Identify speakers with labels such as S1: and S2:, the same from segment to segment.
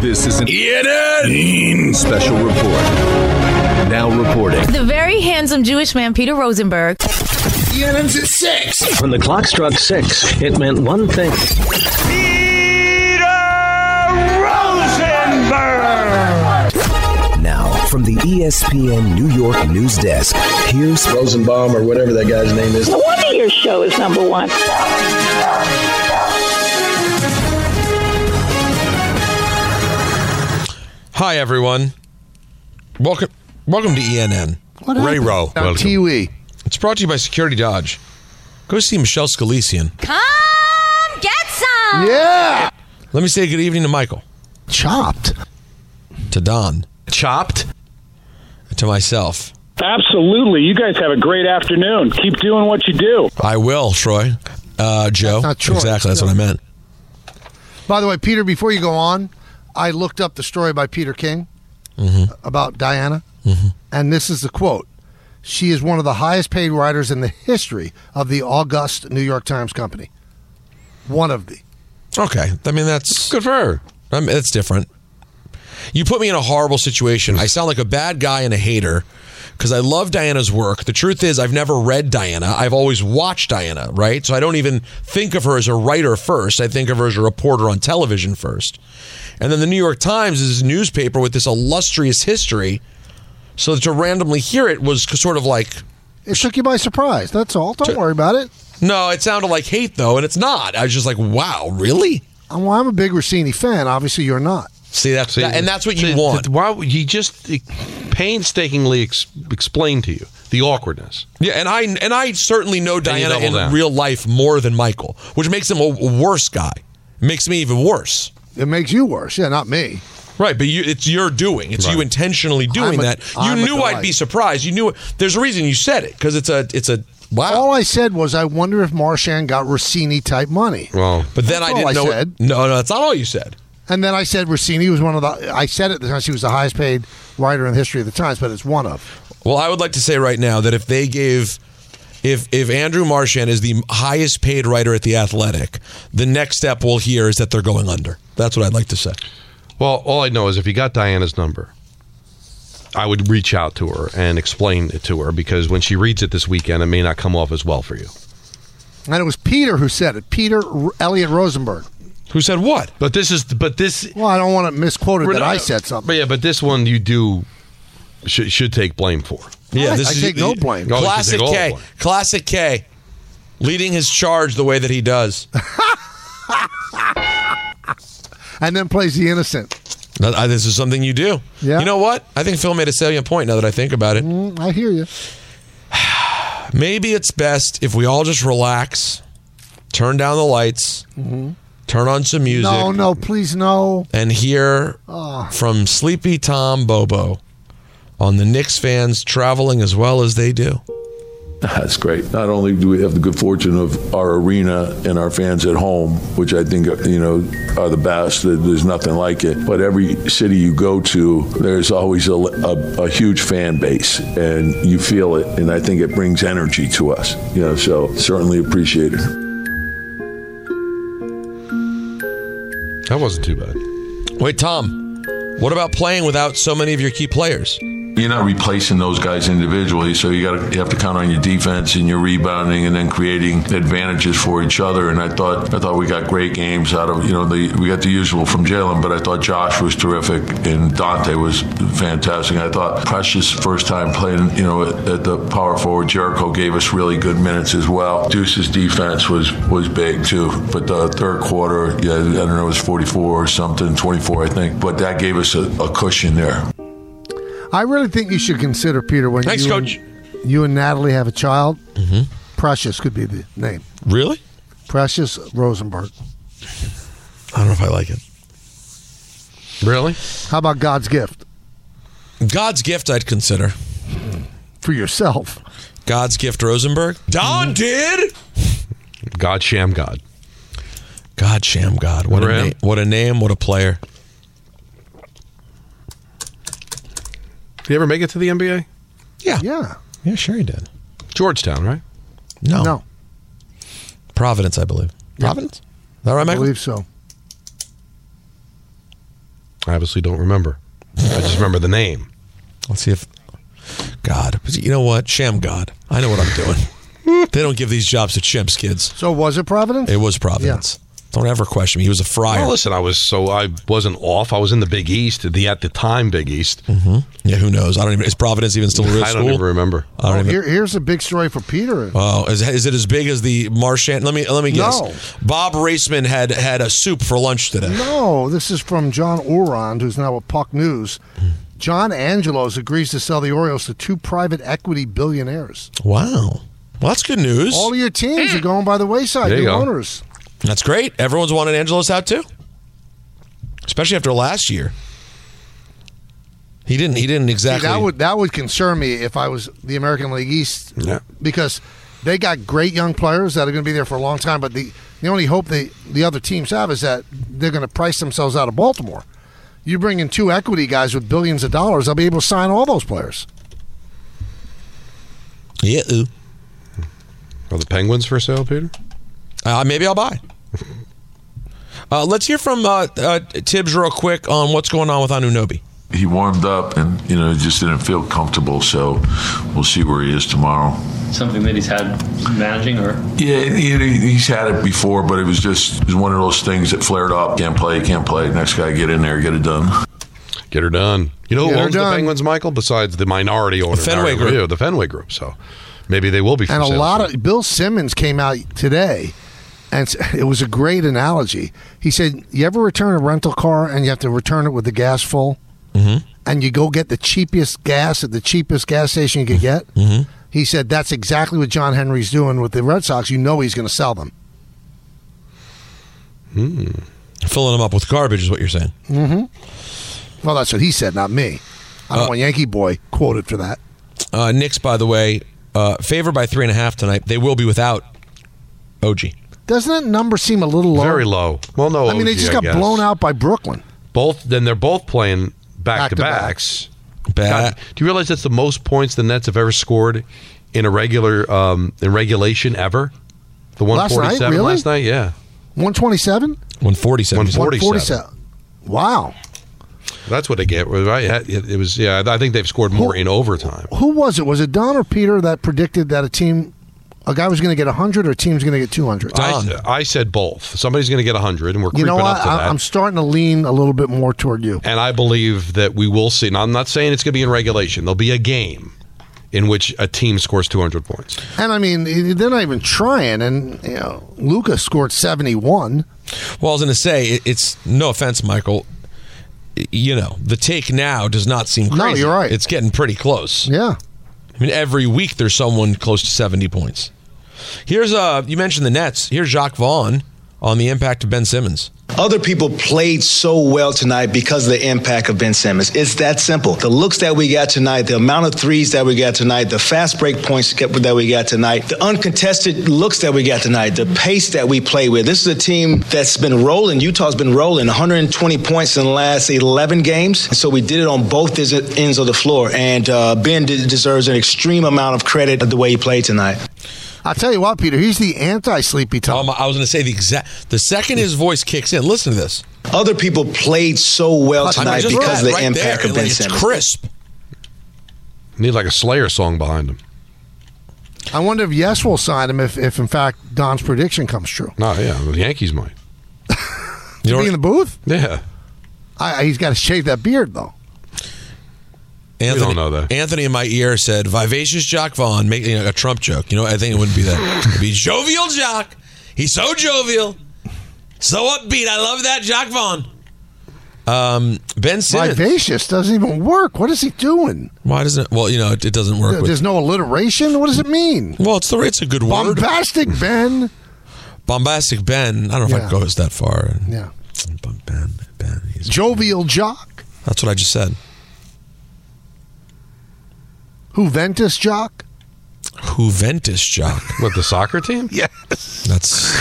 S1: This is an ENN special report. Now reporting.
S2: The very handsome Jewish man, Peter Rosenberg.
S3: ENN's at 6.
S4: When the clock struck six, it meant one thing.
S5: Peter Rosenberg!
S6: Now, from the E ESPN New York news desk, here's
S7: Rosenbaum or whatever that guy's name is.
S8: No wonder your show is number one.
S9: Hi, everyone. Welcome, welcome to ENN.
S3: What
S9: Ray
S3: happened?
S9: Rowe.
S3: Now,
S9: welcome.
S3: Tiwi.
S9: It's brought to you by Security Dodge. Go see Michelle Scalesian.
S2: Come get some!
S3: Yeah.
S9: Let me say good evening to Michael,
S3: Chopped.
S9: to Don,
S1: Chopped.
S9: to myself.
S10: Absolutely. You guys have a great afternoon. Keep doing what you do.
S9: I will, Troy. Uh, Joe.
S3: not Troy.
S9: Exactly. That's what I meant.
S3: By the way, Peter, before you go on, I looked up the story by Peter King
S9: Mm-hmm.
S3: about Diana, and this is the quote. She is one of the highest paid writers in the history of the August New York Times Company. One of the.
S9: Okay. I mean, that's good for her. I mean, that's different. You put me in a horrible situation. I sound like a bad guy and a hater because I love Diana's work. The truth is, I've never read Diana. I've always watched Diana, right? So I don't even think of her as a writer first. I think of her as a reporter on television first. And then the New York Times is a newspaper with this illustrious history. So to randomly hear it was sort of like,
S3: It took you by surprise. That's all. Don't worry about it.
S9: no, it sounded like hate though, and it's not. I was just like, wow, really?
S3: I'm, well, I'm a big Rossini fan. Obviously, you're not.
S9: See, that's that, and that's what you
S11: Th-
S9: want.
S11: th- Why would- he just e- painstakingly ex- explained to you the awkwardness?
S9: Yeah, and I and I certainly know Diana
S11: double
S9: in
S11: down.
S9: real life more than Michael, which makes him a worse guy. Makes me even worse.
S3: It makes you worse. Yeah, not me.
S9: Right, but you, it's your doing. It's you intentionally doing
S3: I'm a-
S9: that. You
S3: I'm a
S9: knew I'd be
S3: delight.
S9: surprised. You knew there's a reason you said it because it's a it's a wow.
S3: All I said was, I wonder if Marshan got Rossini type money.
S11: Well,
S9: but then I
S3: all
S9: didn't
S3: I
S9: know. it-
S3: said.
S9: No, no, that's not all you said.
S3: And then I said Rossini was one of the. I said it because she was the highest paid writer in the history of the Times, but it's one of.
S9: Well, I would like to say right now that if they gave, if if Andrew Marchand is the highest paid writer at the Athletic, the next step we'll hear is that they're going under. That's what I'd like to say.
S11: well, all I know is if he got Diana's number, I would reach out to her and explain it to her because when she reads it this weekend, it may not come off as well for you.
S3: And it was Peter who said it. Peter R- Elliot Rosenberg.
S9: Who said what?
S11: But this is, but this,
S3: Well, I don't want it misquoted
S11: we're
S3: that
S11: not-
S3: I said
S11: But
S3: something.
S11: yeah, but this one you do should, should take blame for.
S9: Yeah,
S3: I-
S9: this
S3: I
S9: is
S3: take no blame.
S11: Oh, you should
S9: Classic
S11: take all
S9: K.
S11: blame.
S9: Classic K. Leading his charge the way that he does.
S3: And then plays the innocent.
S9: Now, I- this is something you do.
S3: Yeah.
S9: You know what? I think Phil made a salient point now that I think about it.
S3: Mm, I hear you.
S9: Maybe it's best if we all just relax, turn down the lights, turn on some music,
S3: Mm-hmm. No, Ah. no, please, no.
S9: and hear from Sleepy Tom Bobo on the Knicks fans traveling as well as they do.
S12: That's great. Not only do we have the good fortune of our arena and our fans at home, which I think you know are the best. there- There's nothing like it. But every city you go to, there's always a, a- a huge fan base, and you feel it. And I think it brings energy to us. You know, so certainly appreciate it.
S11: That wasn't too bad.
S9: Wait, Tom, what about playing without so many of your key players?
S12: You're not replacing those guys individually, so you got to you have to count on your defense and your rebounding, and then creating advantages for each other. And I thought I thought we got great games out of you know the we got the usual from Jalen, but I thought Josh was terrific and Dante was fantastic. I thought Precious first time playing you know at, at the power forward Jericho gave us really good minutes as well. Deuce's defense was was big too, but the third quarter yeah I don't know it was 44 or something 24 I think, but that gave us a, a cushion there.
S3: I really think you should consider Peter when
S9: Thanks,
S3: you
S9: Coach.
S3: And, you and Natalie have a child. Mm-hmm. Precious could be the name.
S9: Really?
S3: Precious Rosenberg.
S9: I don't know if I like it.
S11: Really?
S3: How about God's gift
S9: God's gift, I'd consider.
S3: for yourself?
S9: God's gift, Rosenberg.
S3: Mm-hmm.
S9: Don did.
S11: God Sham God.
S9: God Sham God. What a
S11: Really?
S9: name! What a name! What a player!
S11: Did he ever make it to the NBA?
S9: Yeah.
S3: Yeah.
S9: Yeah, sure he did.
S11: Georgetown, right?
S9: No.
S3: No.
S9: Providence, I believe. Oh. Providence. Is that right,
S3: I
S9: Michael?
S3: believe so.
S11: I obviously don't remember. I just remember the name.
S9: Let's see if God. You know what? Sham God. I know what I'm doing. they don't give these jobs to chimps, kids.
S3: So was it Providence?
S9: It was Providence. Don't ever question me. He was a friar.
S11: Well, listen, I was so I wasn't off. I was in the Big East, the at the time Big East.
S9: yeah, who knows? I don't even. Is Providence even still a real
S11: I don't
S9: school?
S11: even remember.
S3: Uh,
S9: I don't even.
S3: Oh, Here, here's a big story for Peter.
S9: Oh, is, is it as big as the Marchand? Let me let me guess.
S3: No.
S9: Bob Raceman had had a soup for lunch today.
S3: No, this is from John Orond, who's now at Puck News.
S9: Hmm.
S3: John Angelos agrees to sell the Orioles to two private equity billionaires.
S9: Wow. Well, that's good news.
S3: All your teams are going by the wayside.
S11: There you
S3: New
S11: go.
S3: owners.
S9: That's great. Everyone's wanted Angelos out too, especially after last year. He didn't. He didn't
S3: See,
S9: exactly.
S3: that would that would concern me if I was the American League East.
S11: Yeah.
S3: Because they got great young players that are going to be there for a long time, but the the only hope they the other teams have is that they're going to price themselves out of Baltimore. You bring in two equity guys with billions of dollars, they'll be able to sign all those players.
S9: yeah. ooh.
S11: Are the Penguins for sale, Peter?
S9: Uh, maybe I'll buy. Uh, let's hear from uh, uh, Tibbs real quick on what's going on with Anunobi.
S1: He warmed up and, you know, just didn't feel comfortable. So we'll see where he is tomorrow.
S13: Something that he's had managing or
S1: Yeah, he, he's had it before, but it was just it was one of those things that flared up. Can't play, can't play. Next guy, get in there, get it done.
S11: Get her done. You know who
S3: Get her
S11: owns the
S3: done.
S11: Penguins, Michael? Besides the minority owner,
S9: Fenway Group.
S11: the Fenway Group. So maybe they will be. For
S3: And a
S11: sale
S3: lot
S11: soon.
S3: of Bill Simmons came out today, and s- it was a great analogy. He said, "You ever return a rental car and you have to return it with the gas full, mm-hmm. and you go get the cheapest gas at the cheapest gas station you could get?" Mm-hmm. He said, "That's exactly what John Henry's doing with the Red Sox. You know he's going to sell them."
S9: Filling him up with garbage is what you're saying.
S3: Well, that's what he said, not me. I don't want Yankee boy quoted for that.
S9: Uh, Knicks, by the way, uh, favored by three and a half tonight. They will be without OG.
S3: Doesn't that number seem a little low?
S11: very low. Well, no,
S3: I mean, they
S11: OG,
S3: just got
S11: guess.
S3: blown out by Brooklyn.
S11: Both then they're both playing back to
S3: Back-to-backs.
S11: backs.
S9: Bad.
S11: God, do you realize that's the most points the Nets have ever scored in a regular um, in regulation ever? The one
S3: Last night,
S11: forty seven
S3: really?
S11: last night, yeah.
S3: One twenty-seven.
S9: 147.
S11: 147.
S3: Wow.
S11: That's what they get, right? It it was, yeah. I think they've scored more in overtime.
S3: who was it? Was it Don or Peter that predicted that a team, a guy was going to get 100 or a team's going to get 200?
S11: I, I said both. Somebody's going to get hundred, and we're
S3: you
S11: creeping
S3: know what?
S11: up to that.
S3: I, I'm starting to lean a little bit more toward you.
S11: and I believe that we will see. And I'm not saying it's going to be in regulation. There'll be a game in which a team scores 200 points.
S3: And I mean, they're not even trying. And you know, Luca scored
S9: Well,
S3: 71.
S9: I was going to say, it, it's no offense, Michael. You know, the take now does not seem
S3: No,
S9: crazy.
S3: you're right.
S9: It's getting pretty close.
S3: Yeah.
S9: I mean, every week there's someone close to 70 points. Here's, uh, you mentioned the Nets. Here's Jacques Vaughn on the impact of Ben Simmons.
S12: Other people played so well tonight because of the impact of Ben Simmons. It's that simple. The looks that we got tonight, the amount of threes that we got tonight, the fast break points that we got tonight, the uncontested looks that we got tonight, the pace that we play with. This is a team that's been rolling. Utah's been rolling 120 points in the last 11 games. And so we did it on both dis- ends of the floor. And uh, Ben de- deserves an extreme amount of credit of the way he played tonight.
S3: I'll tell you what, Peter, he's the anti sleepy Tom.
S9: Um, I was going to say the exact, the second his voice kicks in, listen to this.
S12: Other people played so well
S9: I mean,
S12: tonight
S9: just
S12: because of
S9: that
S12: the
S9: right
S12: impact
S9: there,
S12: of Ben
S9: like,
S12: Simmons.
S9: It's crisp.
S11: Need like a Slayer song behind them.
S3: I wonder if Yes will sign him if, if in fact, Don's prediction comes true.
S11: No, yeah. The Yankees might.
S9: You know
S3: Be in
S9: what-
S3: the booth?
S11: Yeah.
S3: I, he's got to shave that beard, though.
S9: Anthony,
S11: don't know that.
S9: Anthony in my ear said, "Vivacious Jock Vaughn making a Trump joke." You know, I think it wouldn't be that. It'd be jovial Jock. He's so jovial, so upbeat. I love that Jock Vaughn. Um, ben Simmons.
S3: Vivacious doesn't even work. What is he doing?
S9: Why doesn't? It, well, you know, it, it doesn't work. With,
S3: There's no alliteration? What does it mean?
S9: well, it's the it's a good word.
S3: Bombastic Ben.
S9: Bombastic Ben. I don't know if
S3: Yeah.
S9: I'd go as that far.
S3: Yeah.
S9: Ben, Ben, he's
S3: jovial jock.
S9: That's what I just said.
S3: Juventus jock.
S9: Juventus jock.
S12: What, the soccer team?
S3: Yes.
S9: That's.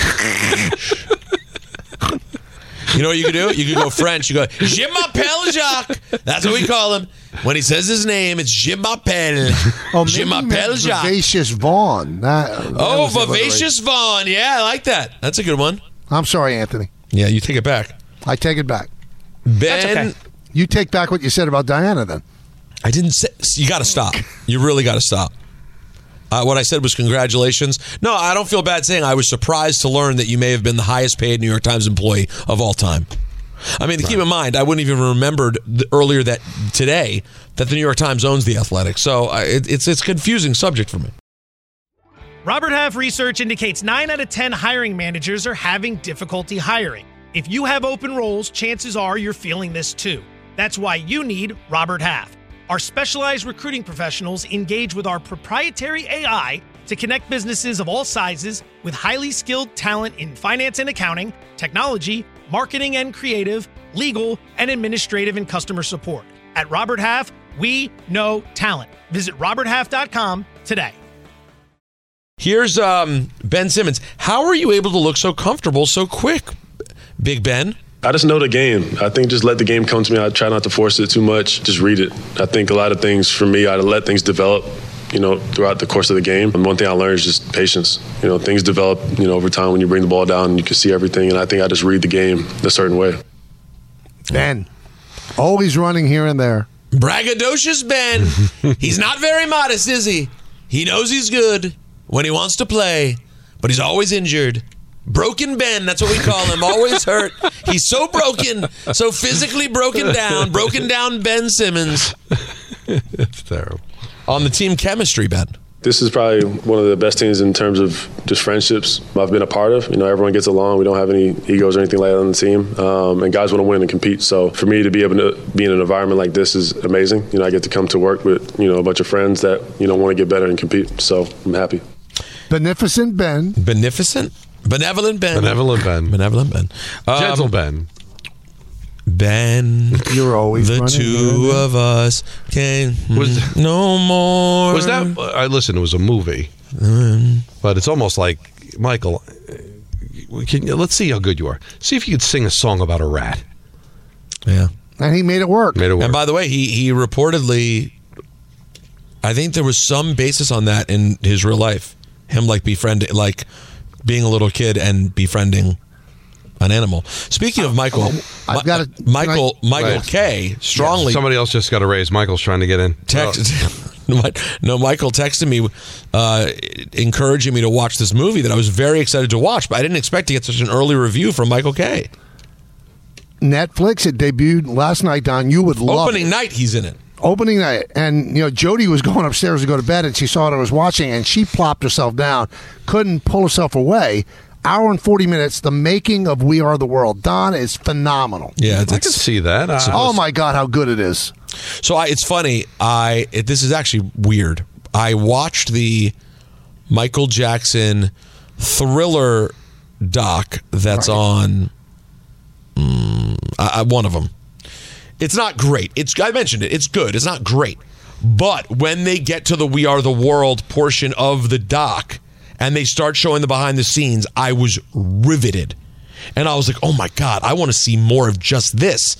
S9: you know what you could do? You could go French. You go, Je m'appelle Jacques. That's what we call him. When he says his name, it's Je m'appelle.
S3: Oh,
S9: Je
S3: maybe you meant
S9: m'appelle Jacques.
S3: Vivacious Vaughn. That- that
S9: Oh,
S3: was the
S9: Vivacious Vaughn. Yeah, I like that. That's a good one.
S3: alliteration. I'm sorry, Anthony.
S9: Yeah, you take it back.
S3: I take it back.
S9: Ben.
S3: You take back what you said about Diana then.
S9: I didn't say. You got to stop. You really got to stop. Uh, what I said was congratulations. No, I don't feel bad saying I was surprised to learn that you may have been the highest paid New York Times employee of all time. I mean, keep in mind, I wouldn't even remembered th earlier that today that the New York Times owns the Athletic. So I, it, it's it's confusing subject for me.
S11: Robert Half research indicates 9 out of 10 hiring managers are having difficulty hiring. If you have open roles, chances are you're feeling this too. That's why you need Robert Half. Our specialized recruiting professionals engage with our proprietary AI to connect businesses of all sizes with highly skilled talent in finance and accounting, technology, marketing and creative, legal, and administrative and customer support. At Robert Half, we know talent. Visit roberthalf.com today.
S9: Here's um, Ben Simmons. How are you able to look so comfortable so quick, Big Ben?
S14: I just know the game. I think just let the game come to me. I try not to force it too much. Just read it. I think a lot of things for me, I let things develop. You know, throughout the course of the game, and one thing I learned is just patience. You know, things develop. You know, over time when you bring the ball down, you can see everything. And I think I just read the game a certain way.
S3: Ben. Always running here and there.
S9: Braggadocious Ben. he's not very modest, is he? He knows he's good when he wants to play, but he's always injured. Broken Ben, that's what we call him. Always hurt. He's so broken, so physically broken down. Broken down Ben Simmons.
S12: it's terrible.
S9: On the team chemistry, Ben.
S14: This is probably one of the best teams in terms of just friendships I've been a part of. You know, everyone gets along. We don't have any egos or anything like that on the team. Um, and guys want to win and compete. So for me to be able to be in an environment like this is amazing. You know, I get to come to work with, you know, a bunch of friends that, you know, want to get better and compete. So I'm happy.
S3: Beneficent Ben.
S9: Beneficent? Benevolent Ben.
S12: Benevolent Ben.
S9: Benevolent Ben. Um,
S12: Gentle Ben.
S9: Ben.
S3: You're always
S9: the
S3: running
S9: two
S3: here.
S9: of us can
S12: Was-
S9: no more.
S12: Was that? I listen. It was a movie, but it's almost like Michael. uh, Can, let's see how good you are. See if you could sing a song about a rat.
S9: Yeah.
S3: And he made it work.
S12: Made it work.
S9: And by the way, he he reportedly, I think there was some basis on that in his real life. Him like befriending, like being a little kid and befriending an animal. Speaking of Michael,
S3: I've
S9: Mi-
S3: gotta- can
S9: Michael
S3: I-
S9: Michael
S12: Right.
S9: K strongly
S12: Somebody Oh. else just got a raise. Michael's trying to get in.
S9: texted. no, Michael texted me, uh, encouraging me to watch this movie that I was very excited to watch, but I didn't expect to get such an early review from Michael K.
S3: Netflix, it debuted last night, Don. You would love
S9: Opening
S3: it.
S9: night, he's in it.
S3: Opening night. And, you know, Jody was going upstairs to go to bed and she saw what I was watching and she plopped herself down, couldn't pull herself away. Hour and 40 minutes, the making of We Are the World. Don is phenomenal.
S9: Yeah,
S12: I can see that. I-
S3: Oh, my God, how good it is.
S9: So I, it's funny. I it, this is actually weird. I watched the Michael Jackson thriller doc that's on mm, I, I, one of them. It's not great. It's I mentioned it. It's good. It's not great. But when they get to the "We Are the World" portion of the doc, and they start showing the behind the scenes, I was riveted, and I was like, "Oh my god, I want to see more of just this."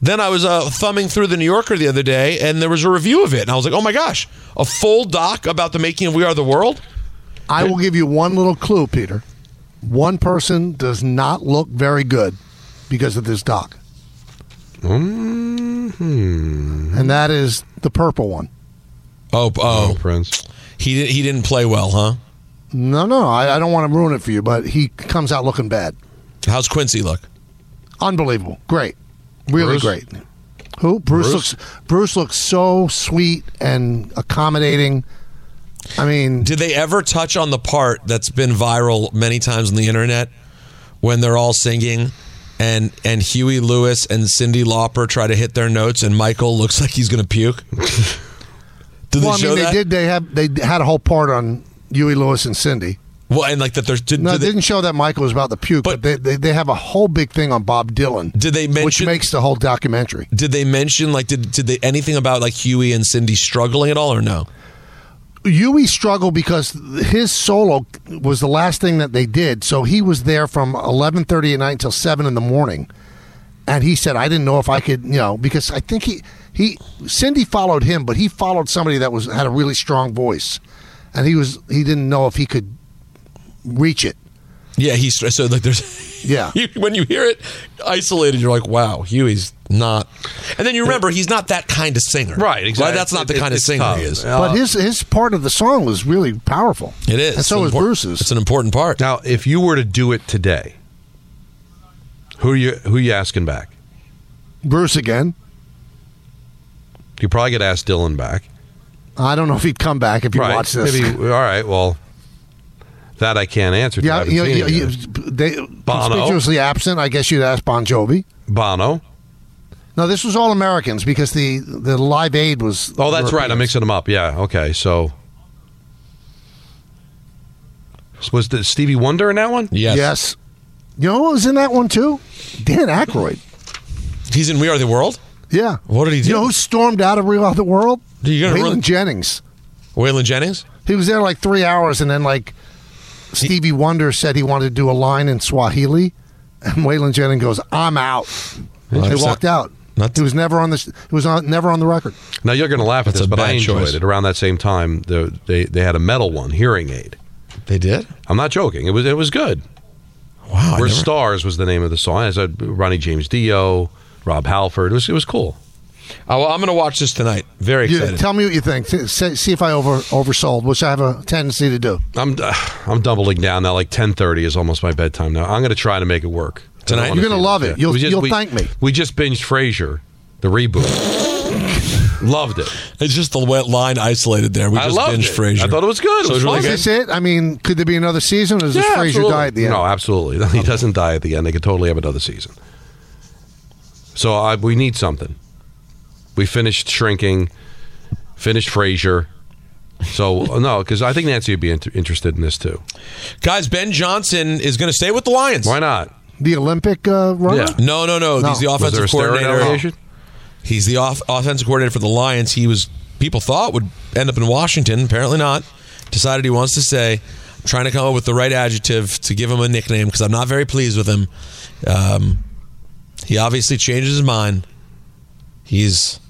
S9: Then I was uh, thumbing through the New Yorker the other day, and there was a review of it, and I was like, "Oh my gosh, a full doc about the making of We Are the World."
S3: I will give you one little clue, Peter. One person does not look very good because of this doc. And that is the purple one.
S9: Oh, oh,
S12: Prince.
S9: He did, he didn't play well, huh?
S3: No, no, I, I don't want to ruin it for you, but he comes out looking bad.
S9: How's Quincy look?
S3: Unbelievable. Great. Really
S9: Bruce?
S3: great. Who? Bruce,
S9: Bruce?
S3: looks Bruce looks so sweet and accommodating. I mean,
S9: Did they ever touch on the part that's been viral many times on the internet when they're all singing? And, and Huey Lewis and Cindy Lauper try to hit their notes, and Michael looks like he's going to puke. Did
S3: well,
S9: they show
S3: I
S9: that?
S3: mean, they did they have they had a whole part on Huey Lewis and Cindy.
S9: Well, and like that, there's did,
S3: No,
S9: did
S3: it
S9: they,
S3: didn't show that Michael was about to puke, but, they, they they have a whole big thing on Bob Dylan.
S9: Did they mention
S3: which makes the whole documentary?
S9: did they mention like did did they anything about like Huey and Cindy struggling at all or no?
S3: Huey struggled because his solo was the last thing that they did, so he was there from eleven thirty at night until seven in the morning, and he said, "I didn't know if I could, you know, because I think he he Cindy followed him, but he followed somebody that was had a really strong voice, and he was he didn't know if he could reach it."
S9: Yeah, he's so like there's
S3: yeah.
S9: when you hear it isolated, you're like, wow, Huey's not. And then you remember he's not that kind of singer, right?
S12: exactly.
S9: That's not the
S12: It-
S9: kind of
S12: it's
S9: singer
S12: tough.
S9: he is.
S3: but his his part of the song was really powerful.
S9: uh, It is.
S3: and so was Bruce's.
S9: It's an important part.
S12: Now, if you were to do it today, who are you who are you asking back?
S3: Bruce again.
S12: You probably could ask Dylan back.
S3: I don't know if he'd come back if you
S12: right.
S3: watch this.
S12: Maybe- all right. Well, that I can't answer. to. I
S3: yeah,
S12: haven't
S3: you,
S12: seen
S3: you,
S12: it
S3: you,
S12: yet.
S3: they
S12: Bono.
S3: conspicuously absent. I guess you'd ask Bon Jovi.
S12: Bono.
S3: No, this was all Americans because the the Live Aid was.
S12: Oh, that's right. I'm mixing them up. Yeah. Okay. So. Was the Stevie Wonder in that one?
S9: Yes.
S3: Yes. You know what was in that one too? Dan Aykroyd.
S9: He's in We Are the World.
S3: Yeah.
S9: What did he do?
S3: You know who stormed out of Real Out of the World?
S9: You gotta
S3: Waylon
S9: run-
S3: Jennings.
S9: Waylon Jennings.
S3: He was there like three hours, and then like Stevie Wonder said he wanted to do a line in Swahili, and Waylon Jennings goes, "I'm out." They
S12: 100%.
S3: walked out. He was never on the. It was on, never on the record.
S12: Now you're going to laugh at
S9: That's
S12: this,
S9: a
S12: but I
S9: bad
S12: enjoyed
S9: choice.
S12: it. Around that same time, the, they they had a metal one, hearing aid.
S9: They did.
S12: I'm not joking. It was it was good.
S9: Wow. I
S12: We're
S9: never-
S12: stars was the name of the song. As a Ronnie James Dio, Rob Halford. It was it was cool.
S9: Oh, well, I'm going to watch this tonight. Very
S3: You-
S9: excited.
S3: tell me what you think. S- say- See if I over oversold, which I have a tendency to do.
S12: I'm uh, I'm doubling down now. Like 10:30 is almost my bedtime now. I'm going to try to make it work I don't
S9: Tonight?
S12: wanna
S3: You're gonna
S12: see
S3: love
S12: Yeah.
S3: it. You'll-
S12: We
S3: you'll thank me.
S12: We just binged Frasier, the reboot. Loved it.
S9: It's just the wet line isolated there. We
S12: I
S9: just
S12: loved
S9: binged
S12: it.
S9: Frasier.
S12: I thought it was good. It was
S9: really
S12: fun.
S3: Is
S9: good.
S3: this it? I mean, could there be another season? Or does
S12: Yeah,
S3: this Frasier
S12: absolutely.
S3: die at the end?
S12: No, absolutely. No, he doesn't die at the end. They could totally have another season. So I, we need something. We finished shrinking, finished Frasier. So no, because I think Nancy would be int- interested in this too.
S9: Guys, Ben Johnson is going to stay with the Lions.
S12: Why not?
S3: The Olympic uh, runner.
S9: No, no, no.
S3: No.
S9: He's the
S3: Was
S12: there
S9: offensive
S12: a steroid
S9: coordinator.
S12: allegation?
S9: He's the off- offensive coordinator for the Lions. He was people thought would end up in Washington. Apparently not. Decided he wants to stay. I'm trying to come up with the right adjective to give him a nickname because I'm not very pleased with him. Um, he obviously changes his mind. He's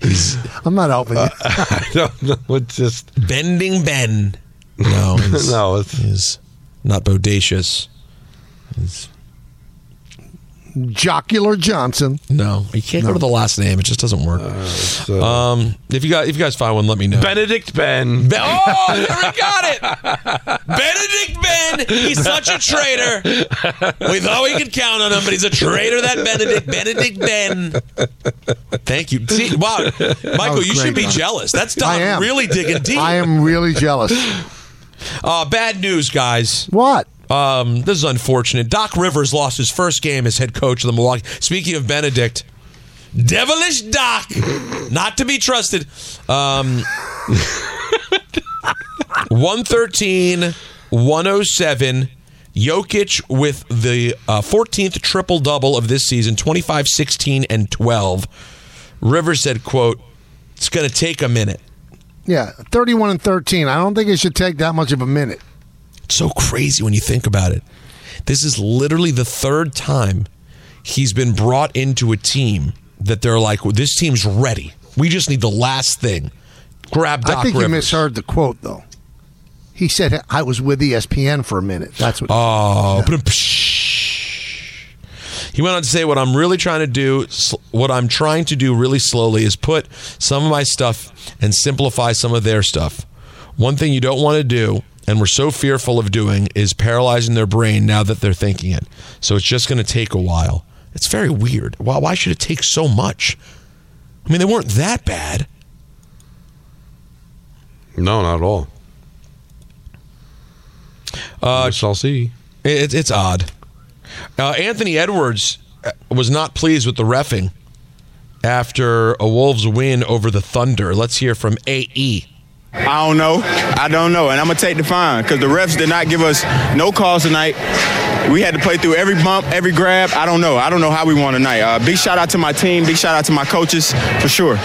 S9: he's
S3: I'm not helping
S9: Uh,
S3: you.
S12: I don't know. It's just
S9: bending Ben. No, he's,
S12: no. It's,
S9: he's not bodacious. He's-
S3: Jocular Johnson.
S9: No, you can't go to the last name. It just doesn't work. um, if you guys, if you guys find one, let me know.
S12: Benedict Ben.
S9: Be- oh, there we got it. Benedict Ben. He's such a traitor. We thought we could count on him, but he's a traitor. That Benedict Benedict Ben. Thank you. See, wow, Michael,
S3: was
S9: you should
S3: great,
S9: be
S3: Don.
S9: jealous. That's
S3: I
S9: Don
S3: am.
S9: really digging deep.
S3: I am really jealous.
S9: Uh, bad news, guys.
S3: What?
S9: Um, this is unfortunate. Doc Rivers lost his first game as head coach of the Milwaukee. Speaking of Benedict, devilish Doc, not to be trusted. Um, 113, 107. Jokic with the uh, 14th triple double of this season, 25, 16, and 12. Rivers said, quote, it's going to take a minute.
S3: Yeah, 31 and 13. I don't think it should take that much of a minute.
S9: It's so crazy when you think about it. This is literally the third time he's been brought into a team that they're like, well, this team's ready. We just need the last thing. Grab Doc
S3: I think
S9: Rivers.
S3: you misheard the quote though. He said I was with E ESPN for a minute. That's what.
S9: Oh, but he went on to say, "What I'm really trying to do, sl- what I'm trying to do really slowly, is put some of my stuff and simplify some of their stuff. One thing you don't want to do." And we're so fearful of doing is paralyzing their brain now that they're thinking it. So it's just going to take a while. It's very weird. Why, why should it take so much? I mean, they weren't that bad.
S12: No, not at all.
S9: Uh,
S12: I shall see.
S9: It, it's odd. Uh, Anthony Edwards uh, was not pleased with the refing after a E. Wolves win over the Thunder. Let's hear from AE.
S15: I don't know. I don't know. And I'm going to take the fine because the refs did not give us no calls tonight. We had to play through every bump, every grab. I don't know. I don't know how we won tonight. Uh, big shout out to my team. Big shout out to my coaches for sure.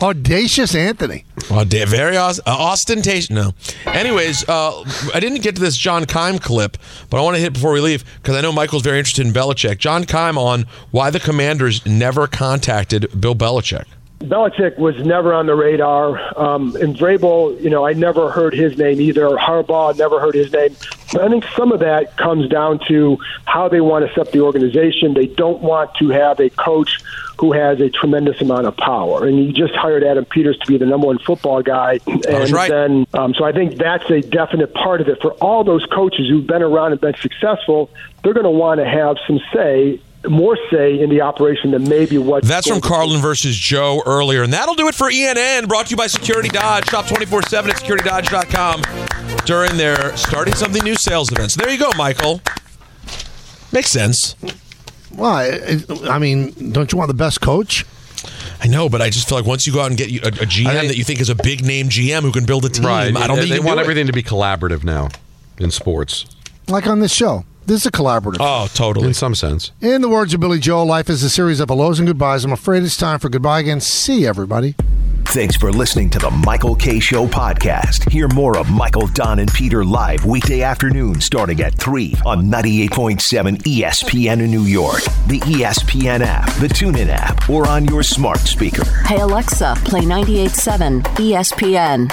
S3: Audacious Anthony.
S9: Aud- very aus- uh, ostentatious. No. Anyways, uh, I didn't get to this John Kime clip, but I want to hit before we leave because I know Michael's very interested in Belichick. John Kime on why the Commanders never contacted Bill Belichick.
S4: Belichick was never on the radar. Um, and Vrabel, you know, I never heard his name either. Harbaugh, never heard his name. But I think some of that comes down to how they want to set up the organization. They don't want to have a coach who has a tremendous amount of power. And you just hired Adam Peters to be the number one football guy. And
S16: was right.
S4: then, um, so I think that's a definite part of it. For all those coaches who've been around and been successful, they're going to want to have some say. More say in the operation than maybe what
S9: That's from Carlin versus Joe earlier. And that'll do it for ENN, brought to you by Security Dodge. Shop 24 7 at securitydodge.com during their starting something new sales events. There you go, Michael. Makes sense.
S3: Well, I, I mean, don't you want the best coach?
S9: I know, but I just feel like once you go out and get you- a, a GM that you think is a big name GM who can build a team,
S12: Right.
S9: I don't
S12: they,
S9: think
S12: they
S9: you can
S12: want
S9: do it.
S12: everything to be collaborative now in sports.
S3: Like on this show. This is a collaborative.
S9: Oh, totally.
S12: In some sense.
S3: In the words of Billy Joel, life is a series of hellos and goodbyes. I'm afraid it's time for goodbye again. See everybody.
S1: Thanks for listening to the Michael K. Show podcast. Hear more of Michael, Don, and Peter live weekday afternoon starting at 3 on 98.7 ESPN in New York, the E ESPN app, the TuneIn app, or on your smart speaker.
S17: Hey Alexa, play 98.7 ESPN.